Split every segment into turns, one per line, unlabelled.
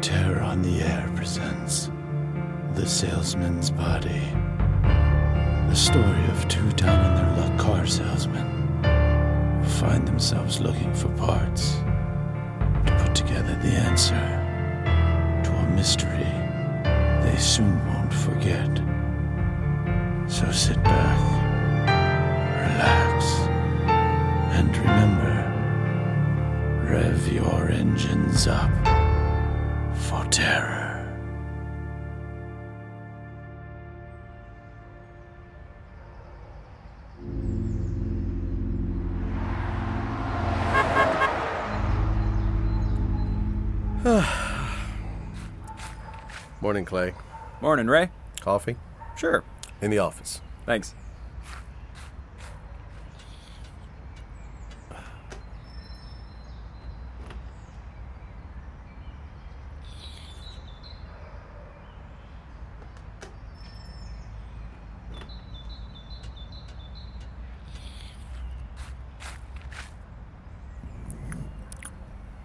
Terror on the Air presents The Salesman's Body. The story of two down on their luck car salesmen who find themselves looking for parts to put together the answer to a mystery they soon won't forget. So sit back, relax, and remember rev your engines up for terror.
Morning, Clay.
Morning, Ray.
Coffee?
Sure.
In the office.
Thanks.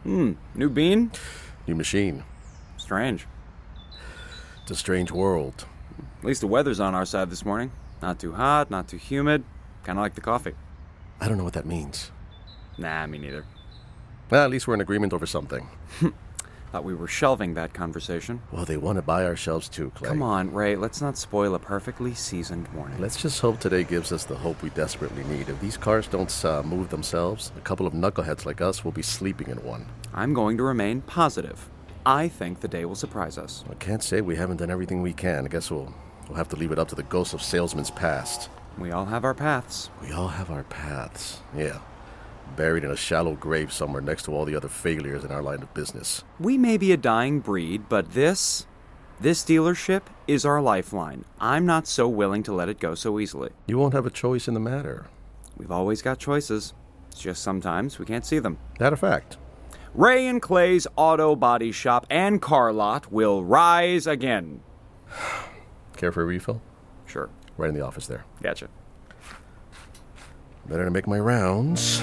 Hmm, new bean?
New machine.
Strange.
It's a strange world.
At least the weather's on our side this morning. Not too hot, not too humid. Kind of like the coffee.
I don't know what that means.
Nah, me neither.
Well, at least we're in agreement over something.
Thought we were shelving that conversation.
Well, they want to buy our shelves too, Clay.
Come on, Ray, let's not spoil a perfectly seasoned morning.
Let's just hope today gives us the hope we desperately need. If these cars don't uh, move themselves, a couple of knuckleheads like us will be sleeping in one.
I'm going to remain positive. I think the day will surprise us.
I can't say we haven't done everything we can. I guess we'll, we'll have to leave it up to the ghosts of salesmen's past.
We all have our paths.
We all have our paths. Yeah. Buried in a shallow grave somewhere next to all the other failures in our line of business.
We may be a dying breed, but this. This dealership is our lifeline. I'm not so willing to let it go so easily.
You won't have a choice in the matter.
We've always got choices. It's just sometimes we can't see them.
That a fact.
Ray and Clay's auto body shop and car lot will rise again.
Care for a refill?
Sure.
Right in the office there.
Gotcha.
Better to make my rounds.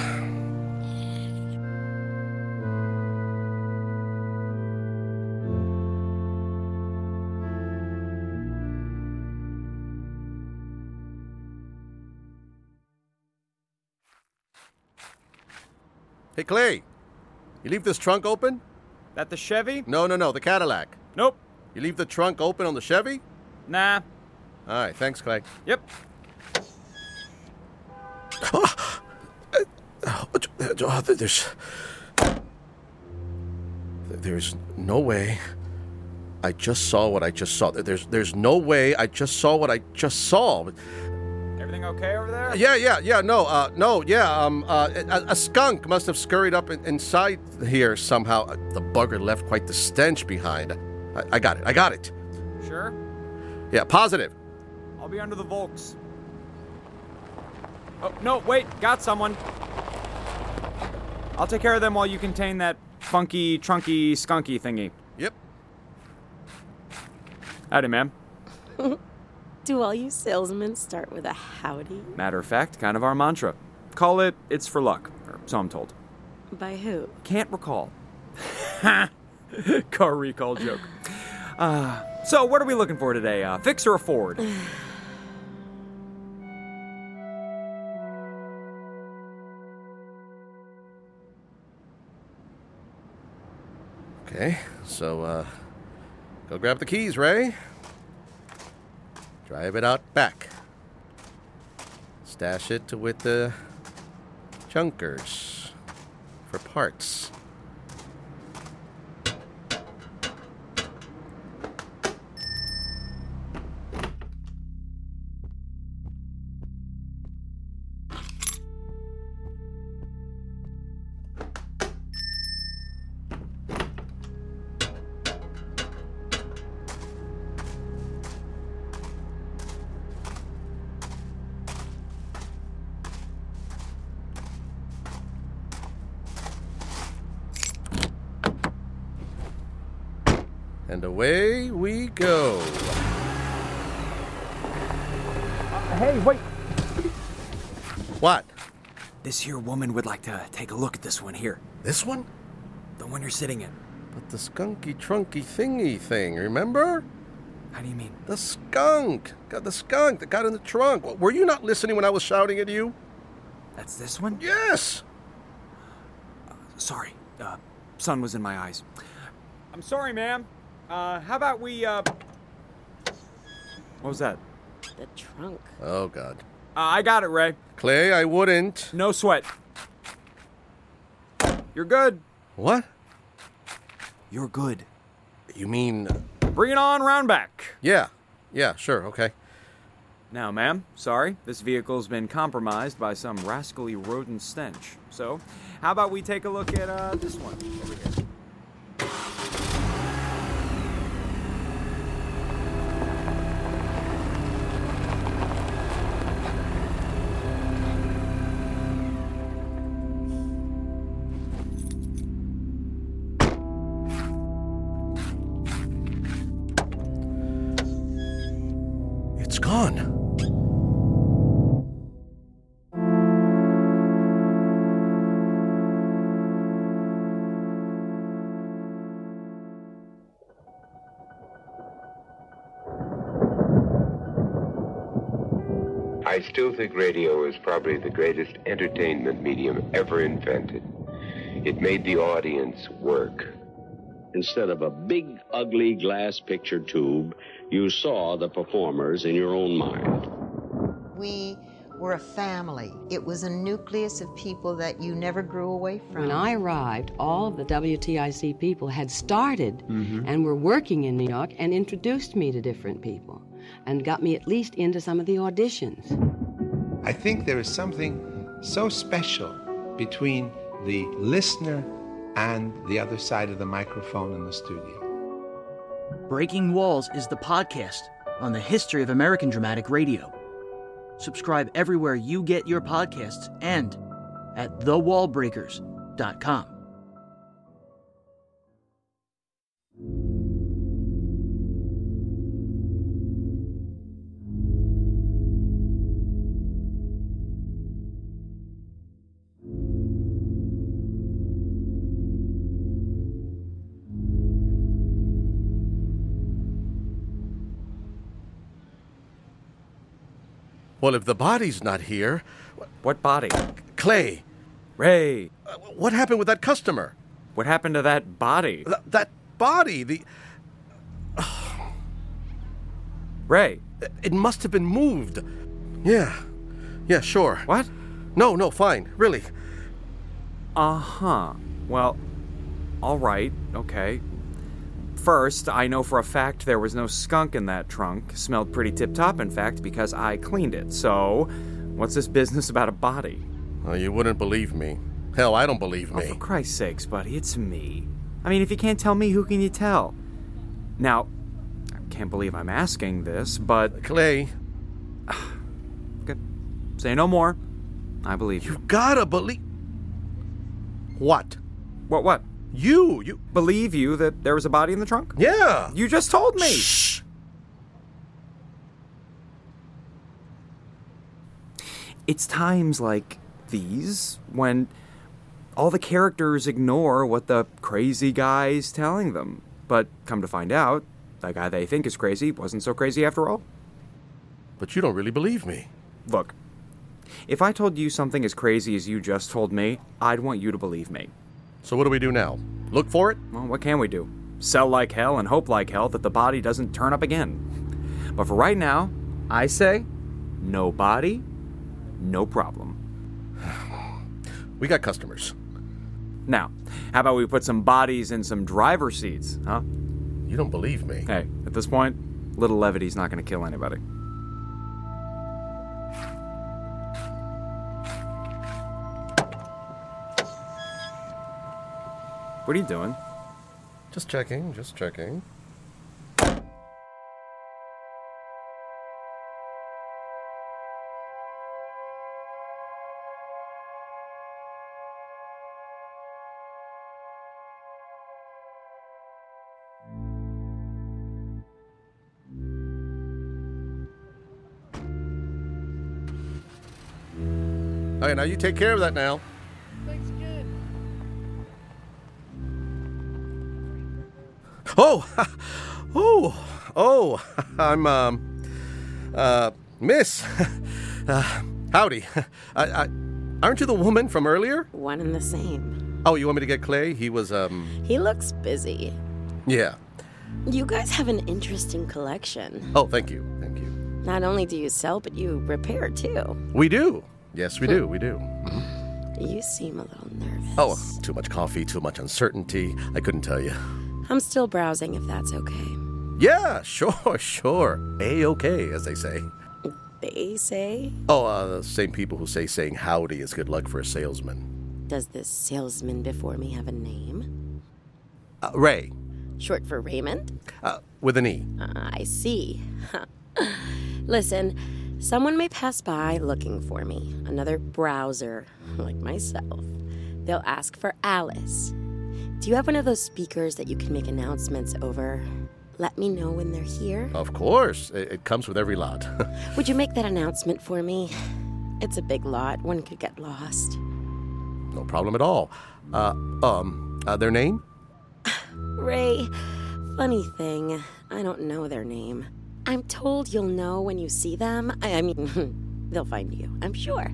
Hey, Clay, you leave this trunk open?
That the Chevy?
No, no, no, the Cadillac.
Nope.
You leave the trunk open on the Chevy?
Nah.
All right, thanks, Clay.
Yep.
Oh, th- there's. There's no way. I just saw what I just saw. There's there's no way. I just saw what I just saw. Uh,
Everything okay over there?
Yeah, yeah, yeah. No, uh, no, yeah. Um, uh, a, a skunk must have scurried up in, inside here somehow. Uh, The bugger left quite the stench behind. I, I got it. I got it.
Sure.
Yeah, positive.
I'll be under the Volks. Oh, no, wait. Got someone. I'll take care of them while you contain that funky, trunky, skunky thingy.
Yep.
Howdy, ma'am.
Do all you salesmen start with a howdy?
Matter of fact, kind of our mantra. Call it It's for Luck, or so I'm told.
By who?
Can't recall. Car recall joke. Uh, so, what are we looking for today? Uh, fix or a Ford?
Okay, so uh, go grab the keys, Ray. Drive it out back. Stash it with the junkers for parts. And away we go.
Hey, wait!
What?
This here woman would like to take a look at this one here.
This one?
The one you're sitting in.
But the skunky trunky thingy thing, remember?
How do you mean?
The skunk. Got the skunk that got in the trunk. W- Were you not listening when I was shouting at you?
That's this one?
Yes.
Sorry. Uh, sun was in my eyes. I'm sorry, ma'am. Uh, how about we, uh. What was that?
The trunk.
Oh God.
Uh, I got it, Ray.
Clay, I wouldn't.
No sweat. You're good.
What?
You're good.
You mean?
Bring it on round back.
Yeah. Yeah. Sure. Okay.
Now, ma'am, sorry, this vehicle's been compromised by some rascally rodent stench. So, how about we take a look at uh, this one over here?
It's gone.
I still think radio is probably the greatest entertainment medium ever invented. It made the audience work.
Instead of a big, ugly glass picture tube, you saw the performers in your own mind.
We were a family. It was a nucleus of people that you never grew away from.
When I arrived, all of the WTIC people had started and were working in New York and introduced me to different people and got me at least into some of the auditions.
I think there is something so special between the listener and the other side of the microphone in the studio.
Breaking Walls is the podcast on the history of American dramatic radio. Subscribe everywhere you get your podcasts and at thewallbreakers.com.
Well, if the body's not here,
What body?
Clay,
Ray,
uh, what happened with that customer?
what happened to that body?
Th- that body. The
Ray,
it must have been moved. Yeah. Yeah. Sure.
what?
No. No. Fine. Really.
Uh huh. Well, all right, okay. First, I know for a fact there was no skunk in that trunk. Smelled pretty tip top, in fact, because I cleaned it. So, what's this business about a body?
Oh, you wouldn't believe me. Hell, I don't believe
Oh,
me.
for Christ's sakes, buddy, it's me. I mean, if you can't tell me, who can you tell? Now, I can't believe I'm asking this, but
Clay,
okay, say no more. I believe you.
you gotta believe. What?
What? What?
You? You?
Believe you that there was a body in the trunk?
Yeah.
You just told me.
Shh.
it's times like these when all the characters ignore what the crazy guy is telling them. But come to find out, the guy they think is crazy wasn't so crazy after all.
But you don't really believe me.
Look, if I told you something as crazy as you just told me, I'd want you to believe me.
So what do we do now? Look for it?
Well, what can we do? Sell like hell and hope like hell that the body doesn't turn up again. But for right now, I say no body, no problem.
We got customers.
Now, how about we put some bodies in some driver seats, huh?
You don't believe me.
Hey, at this point, little levity's not going to kill anybody. What are you doing?
Just checking, just checking. Okay, now you take care of that now. Oh, oh, oh! I'm um, uh, Miss. Uh, howdy. I, I, aren't you the woman from earlier?
One and the same.
Oh, you want me to get Clay? He was um,
He looks busy.
yeah.
You guys have an interesting collection.
Oh, thank you, thank you.
Not only do you sell, but you repair too.
We do. Yes, we do. We do.
You seem a little nervous.
Oh, too much coffee, too much uncertainty. I couldn't tell you.
I'm still browsing if that's okay.
Yeah, sure, sure. A okay, as they say.
They say,
Oh, uh, the same people who say saying howdy is good luck for a salesman.
does this salesman before me have a name?
Uh, Ray,
Short for Raymond?
uh, with an E.
Uh, I see. Huh. Listen, someone may pass by looking for me, another browser like myself. They'll ask for Alice. Do you have one of those speakers that you can make announcements over? Let me know when they're here.
Of course, it, it comes with every lot.
Would you make that announcement for me? It's a big lot, one could get lost.
no problem at all. Uh, um, uh, their name?
Ray, funny thing, I don't know their name. I'm told you'll know when you see them. I, I mean, they'll find you, I'm sure.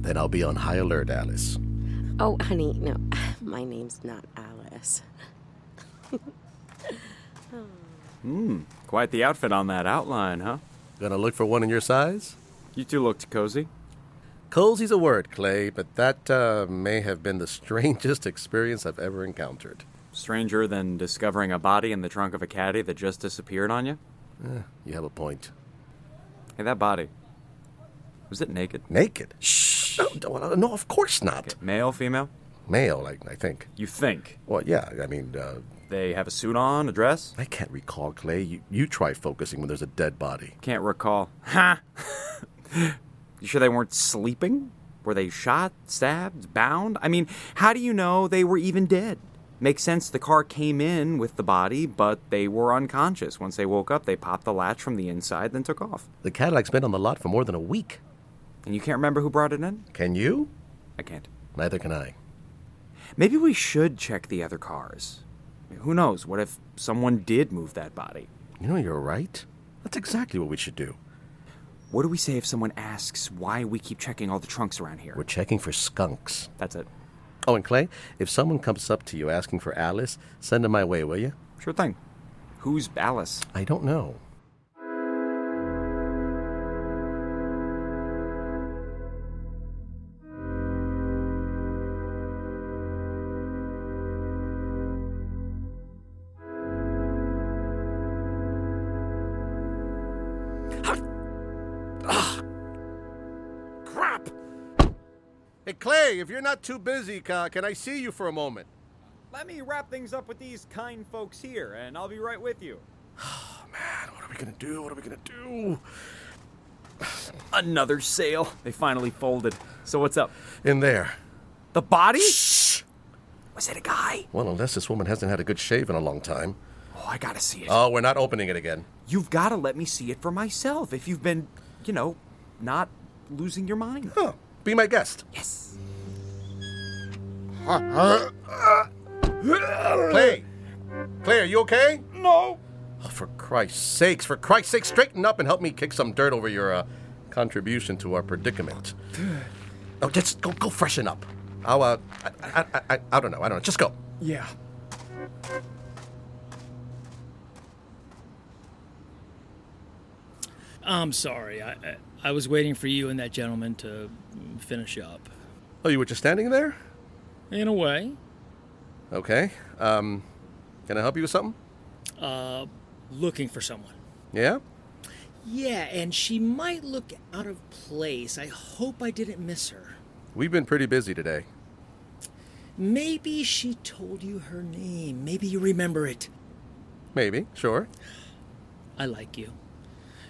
Then I'll be on high alert, Alice.
Oh, honey, no, my name's not Alice.
Hmm, quite the outfit on that outline, huh?
Gonna look for one in your size?
You two looked cozy.
Cozy's a word, Clay, but that uh, may have been the strangest experience I've ever encountered.
Stranger than discovering a body in the trunk of a caddy that just disappeared on you?
Eh, you have a point.
Hey, that body. Was it naked?
Naked? Shh! No, no, no, of course not.
Male, female?
Male, I, I think.
You think.
Well, yeah, I mean, uh,
They have a suit on, a dress?
I can't recall, Clay. You, you try focusing when there's a dead body.
Can't recall. Ha! you sure they weren't sleeping? Were they shot, stabbed, bound? I mean, how do you know they were even dead? Makes sense the car came in with the body, but they were unconscious. Once they woke up, they popped the latch from the inside, then took off.
The Cadillac's been on the lot for more than a week.
And you can't remember who brought it in?
Can you?
I can't.
Neither can I.
Maybe we should check the other cars. Who knows? What if someone did move that body?
You know, you're right. That's exactly what we should do.
What do we say if someone asks why we keep checking all the trunks around here?
We're checking for skunks.
That's it.
Oh, and Clay, if someone comes up to you asking for Alice, send them my way, will you?
Sure thing. Who's Alice?
I don't know. Crap! Hey, Clay, if you're not too busy, ca- can I see you for a moment?
Let me wrap things up with these kind folks here, and I'll be right with you.
What are we gonna do? What are we gonna do?
Another sale. They finally folded. So what's up?
In there.
The body? Shh. Was it a guy?
Well, unless this woman hasn't had a good shave in a long time.
Oh, I gotta see it.
Oh, we're not opening it again.
You've gotta let me see it for myself. If you've been, you know, not losing your mind.
Huh. Be my guest.
Yes.
Clay. Clay, are you okay?
No.
Oh, for Christ's sakes, for Christ's sake, straighten up and help me kick some dirt over your uh, contribution to our predicament. Oh, just go, go freshen up. I'll, uh, I, I, I, I don't know. I don't know. Just go.
Yeah.
I'm sorry. I, I I was waiting for you and that gentleman to finish up.
Oh, you were just standing there?
In a way,
Okay. Um, can I help you with something?
uh, looking for someone.
Yeah?
Yeah, and she might look out of place. I hope I didn't miss her.
We've been pretty busy today.
Maybe she told you her name. Maybe you remember it.
Maybe. Sure.
I like you.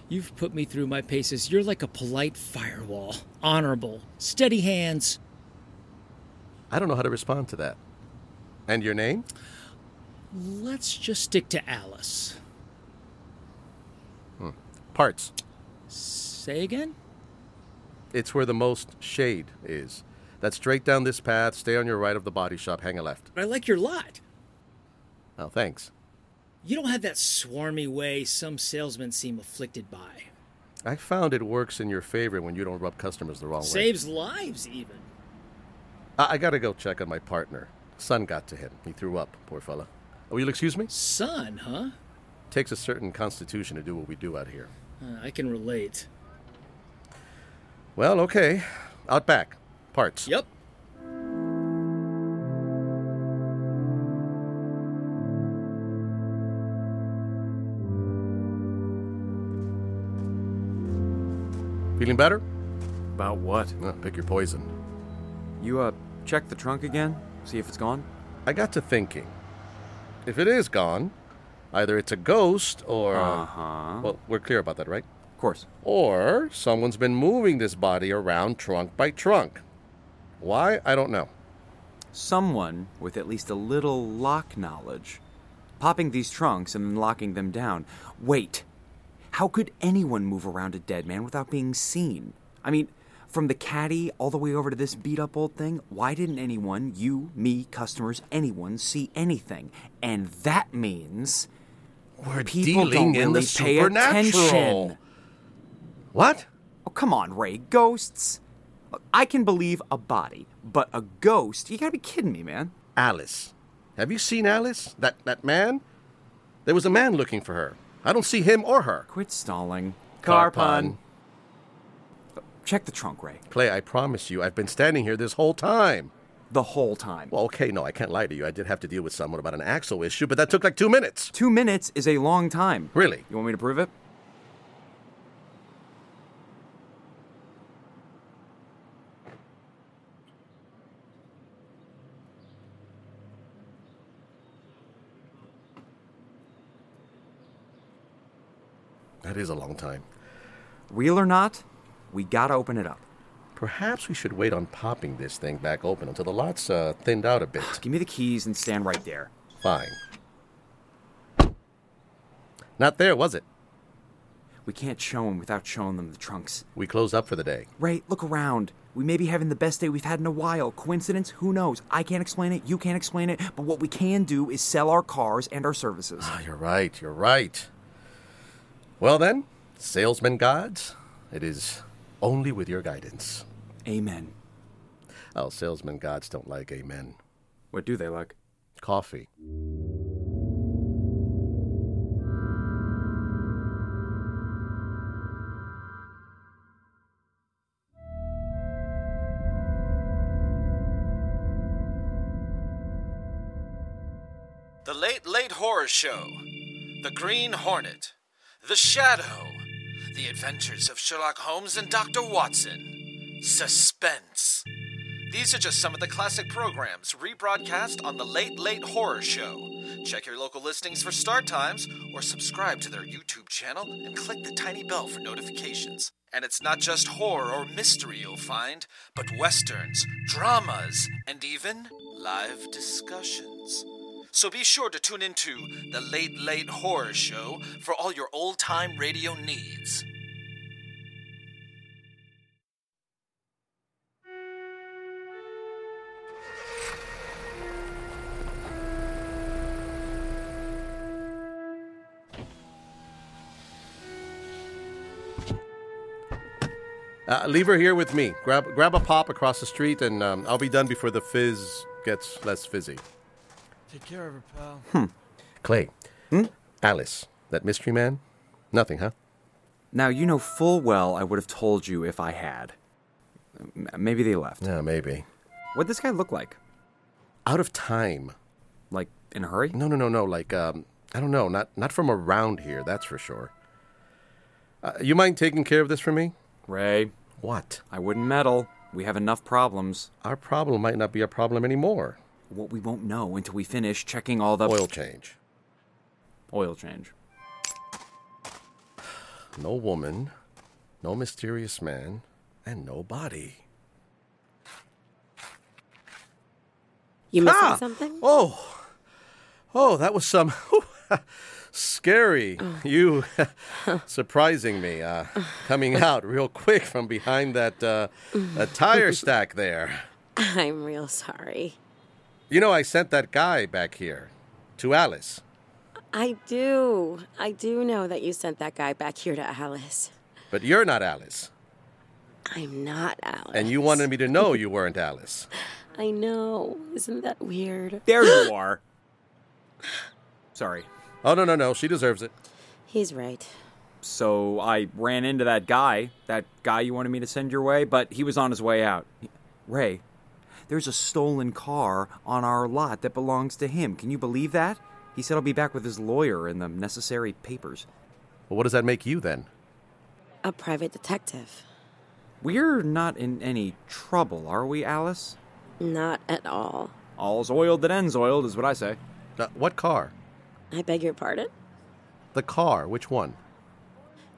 You've put me through my paces. You're like a polite firewall. Honorable. Steady hands.
I don't know how to respond to that. And your name?
Let's just stick to Alice.
Parts.
Say again?
It's where the most shade is. That's straight down this path. Stay on your right of the body shop. Hang a left.
I like your lot.
Oh, thanks.
You don't have that swarmy way some salesmen seem afflicted by.
I found it works in your favor when you don't rub customers the wrong way.
Saves lives, even.
I, I gotta go check on my partner. Sun got to him. He threw up, poor fella. Oh, you'll excuse me?
Sun, huh?
Takes a certain constitution to do what we do out here.
Uh, I can relate.
Well, okay. Out back. Parts.
Yep.
Feeling better?
About what?
pick your poison.
You, uh, check the trunk again? See if it's gone?
I got to thinking. If it is gone, either it's a ghost or. uh,
Uh-huh.
Well, we're clear about that, right? Of
course.
Or someone's been moving this body around trunk by trunk. Why? I don't know.
Someone with at least a little lock knowledge. Popping these trunks and then locking them down. Wait. How could anyone move around a dead man without being seen? I mean, from the caddy all the way over to this beat up old thing, why didn't anyone, you, me, customers, anyone, see anything? And that means
We're
people don't really pay attention.
What?
Oh, come on, Ray. Ghosts. Look, I can believe a body, but a ghost? You gotta be kidding me, man.
Alice. Have you seen Alice? That that man? There was a man looking for her. I don't see him or her.
Quit stalling.
Car
Carpon. Check the trunk, Ray.
Clay, I promise you, I've been standing here this whole time.
The whole time.
Well, okay, no, I can't lie to you. I did have to deal with someone about an axle issue, but that took like two minutes.
Two minutes is a long time.
Really?
You want me to prove it?
That is a long time.
Real or not, we gotta open it up.
Perhaps we should wait on popping this thing back open until the lot's uh, thinned out a bit.
Give me the keys and stand right there.
Fine. Not there, was it?
We can't show them without showing them the trunks.
We close up for the day.
Ray, look around. We may be having the best day we've had in a while. Coincidence? Who knows? I can't explain it. You can't explain it. But what we can do is sell our cars and our services.
Ah, you're right, you're right. Well then, salesman gods, it is only with your guidance.
Amen.
Oh, salesman gods don't like amen.
What do they like?
Coffee.
The Late Late Horror Show, The Green Hornet, The Shadow, The Adventures of Sherlock Holmes and Dr. Watson, Suspense. These are just some of the classic programs rebroadcast on The Late Late Horror Show. Check your local listings for start times or subscribe to their YouTube channel and click the tiny bell for notifications. And it's not just horror or mystery you'll find, but westerns, dramas, and even live discussions. So be sure to tune into The Late Late Horror Show for all your old time radio needs.
Uh, leave her here with me. Grab, grab a pop across the street, and um, I'll be done before the fizz gets less fizzy. Hmm.
Take care of her, pal.
Clay. Alice, that mystery man? Nothing, huh?
Now, you know full well I would have told you if I had. M- maybe they left.
Yeah, maybe.
What'd this guy look like?
Out of time.
Like, in a hurry?
No, no, no, no. Like, um, I don't know. Not, not from around here, that's for sure. Uh, you mind taking care of this for me?
Ray,
What?
I wouldn't meddle. We have enough problems.
Our problem might not be a problem anymore.
What we won't know until we finish checking all the
Oil change.
Oil change.
No woman, no mysterious man, and no body.
You missing
Ah!
something?
Oh, oh, that was some scary. You surprising me, uh, coming out real quick from behind that uh, a tire stack there.
I'm real sorry.
You know, I sent that guy back here to Alice.
I do. I do know that you sent that guy back here to Alice.
But you're not Alice.
I'm not Alice.
And you wanted me to know you weren't Alice.
I know. Isn't that weird?
There you are. Sorry.
Oh, no, no, no. She deserves it.
He's right.
So I ran into that guy, that guy you wanted me to send your way, but he was on his way out. Ray, there's a stolen car on our lot that belongs to him. Can you believe that? He said I'll be back with his lawyer and the necessary papers.
Well, what does that make you then?
A private detective.
We're not in any trouble, are we, Alice?
Not at all.
All's oiled that ends oiled is what I say.
Uh, what car?
I beg your pardon?
The car, which one?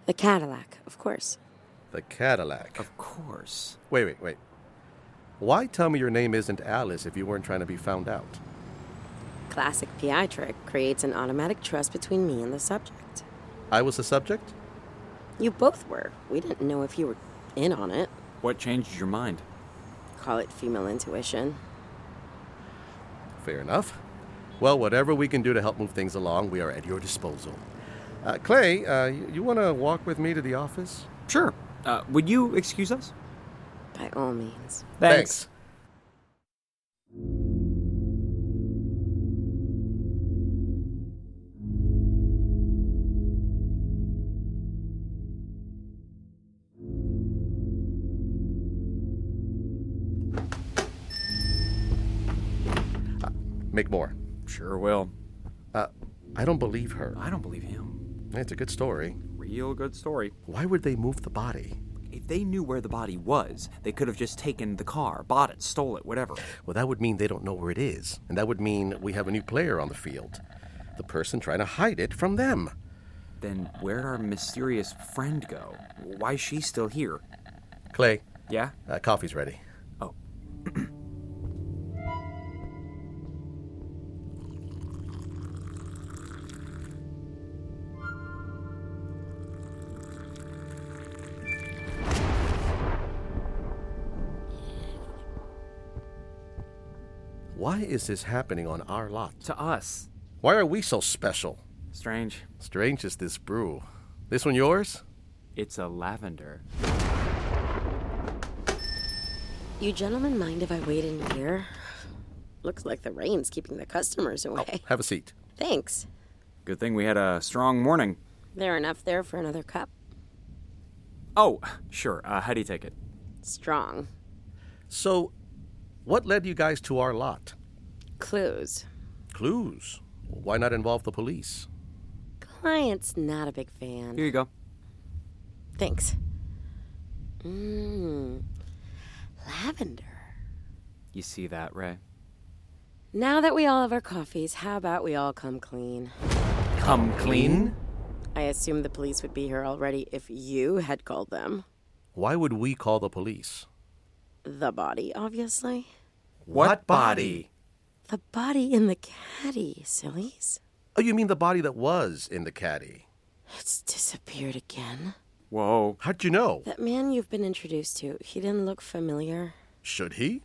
The Cadillac, of course.
The Cadillac.
Of course.
Wait, wait, wait. Why tell me your name isn't Alice if you weren't trying to be found out?
Classic PI trick creates an automatic trust between me and the subject.
I was the subject?
You both were. We didn't know if you were in on it.
What changed your mind?
Call it female intuition.
Fair enough. Well, whatever we can do to help move things along, we are at your disposal. Uh, Clay, uh, you, you want to walk with me to the office?
Sure. Uh, would you excuse us?
By all means.
Thanks. Thanks.
Uh, Make more.
Sure will.
Uh, I don't believe her.
I don't believe him.
It's a good story.
Real good story.
Why would they move the body?
If they knew where the body was, they could have just taken the car, bought it, stole it, whatever.
Well, that would mean they don't know where it is, and that would mean we have a new player on the field. The person trying to hide it from them.
Then where'd our mysterious friend go? Why's she still here?
Clay.
Yeah?
Uh, coffee's ready.
Oh.
Why is this happening on our lot?
To us.
Why are we so special?
Strange.
Strange is this brew. This one yours?
It's a lavender.
You gentlemen mind if I wait in here? Looks like the rain's keeping the customers away. Oh,
have a seat.
Thanks.
Good thing we had a strong morning.
There enough there for another cup?
Oh, sure. Uh, how do you take it?
Strong.
So, what led you guys to our lot?
Clues.
Clues? Why not involve the police?
Client's not a big fan.
Here you go.
Thanks. Mmm. Lavender.
You see that, Ray?
Now that we all have our coffees, how about we all come clean?
Come clean?
I assume the police would be here already if you had called them.
Why would we call the police?
The body, obviously.
What body?
The body in the caddy, sillies.
Oh, you mean the body that was in the caddy?
It's disappeared again.
Whoa.
How'd you know?
That man you've been introduced to, he didn't look familiar.
Should he?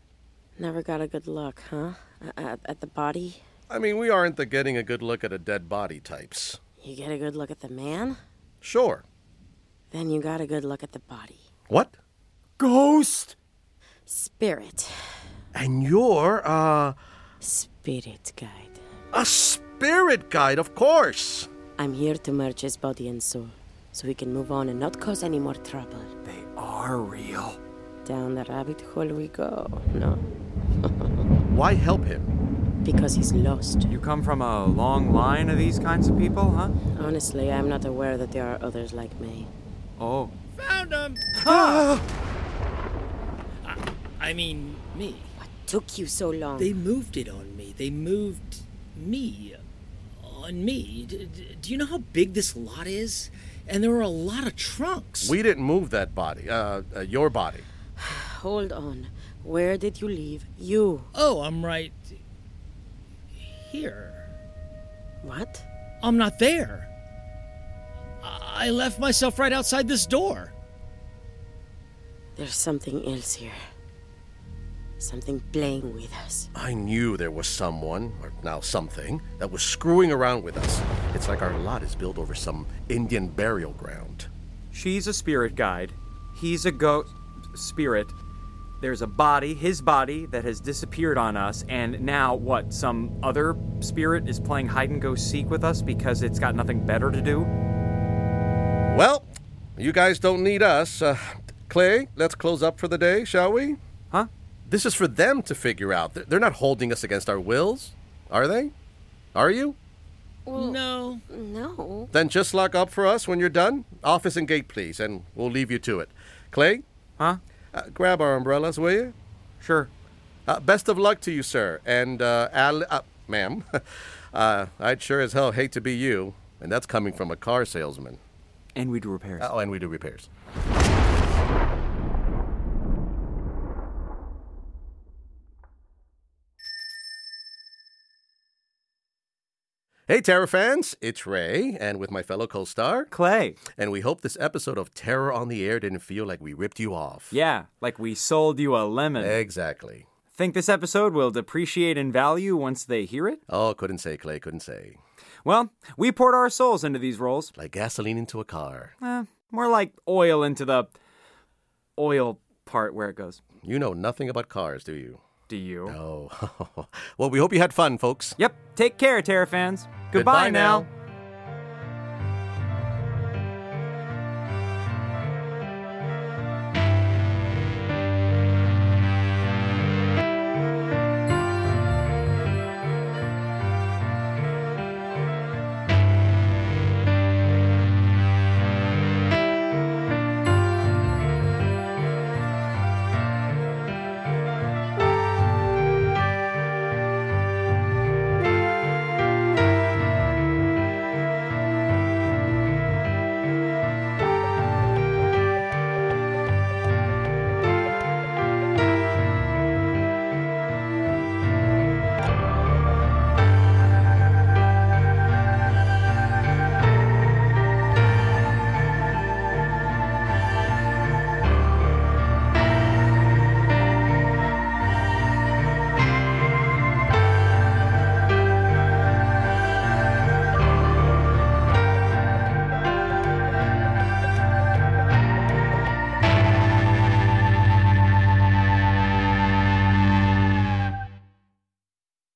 Never got a good look, huh? At, at the body?
I mean, we aren't the getting a good look at a dead body types.
You get a good look at the man?
Sure.
Then you got a good look at the body.
What?
Ghost!
Spirit.
And you're uh
Spirit guide.
A spirit guide, of course.
I'm here to merge his body and soul, so we can move on and not cause any more trouble.
They are real.
Down the rabbit hole we go, no?
Why help him?
Because he's lost.
You come from a long line of these kinds of people, huh?
Honestly, I'm not aware that there are others like me.
Oh.
Found him! Ah! I mean, me.
What took you so long?
They moved it on me. They moved me on me. D- d- do you know how big this lot is? And there were a lot of trunks.
We didn't move that body. Uh, uh your body.
Hold on. Where did you leave you?
Oh, I'm right here.
What?
I'm not there. I, I left myself right outside this door.
There's something else here Something playing with us.
I knew there was someone, or now something, that was screwing around with us. It's like our lot is built over some Indian burial ground.
She's a spirit guide. He's a ghost spirit. There's a body, his body, that has disappeared on us, and now what? Some other spirit is playing hide and go seek with us because it's got nothing better to do.
Well, you guys don't need us. Uh, Clay, let's close up for the day, shall we?
Huh?
This is for them to figure out. They're- They're not holding us against our wills, are they? Are you?
no. No.
Then just lock up for us when you're done. Office and gate, please, and we'll leave you to it. Clay?
Huh?
Uh, grab our umbrellas, will you?
Sure.
Uh, best of luck to you, sir. And, uh, Al- uh ma'am, uh, I'd sure as hell hate to be you. And that's coming from a car salesman.
And we do repairs.
Oh, and we do repairs. Hey, Terror fans, it's Ray, and with my fellow co star,
Clay.
And we hope this episode of Terror on the Air didn't feel like we ripped you off.
Yeah, like we sold you a lemon.
Exactly.
Think this episode will depreciate in value once they hear it?
Oh, couldn't say, Clay, couldn't say.
Well, we poured our souls into these roles.
Like gasoline into a car.
Eh, more like oil into the oil part where it goes.
You know nothing about cars, do you?
Do you?
No. well, we hope you had fun, folks.
Yep. Take care, Terra fans. Goodbye, now.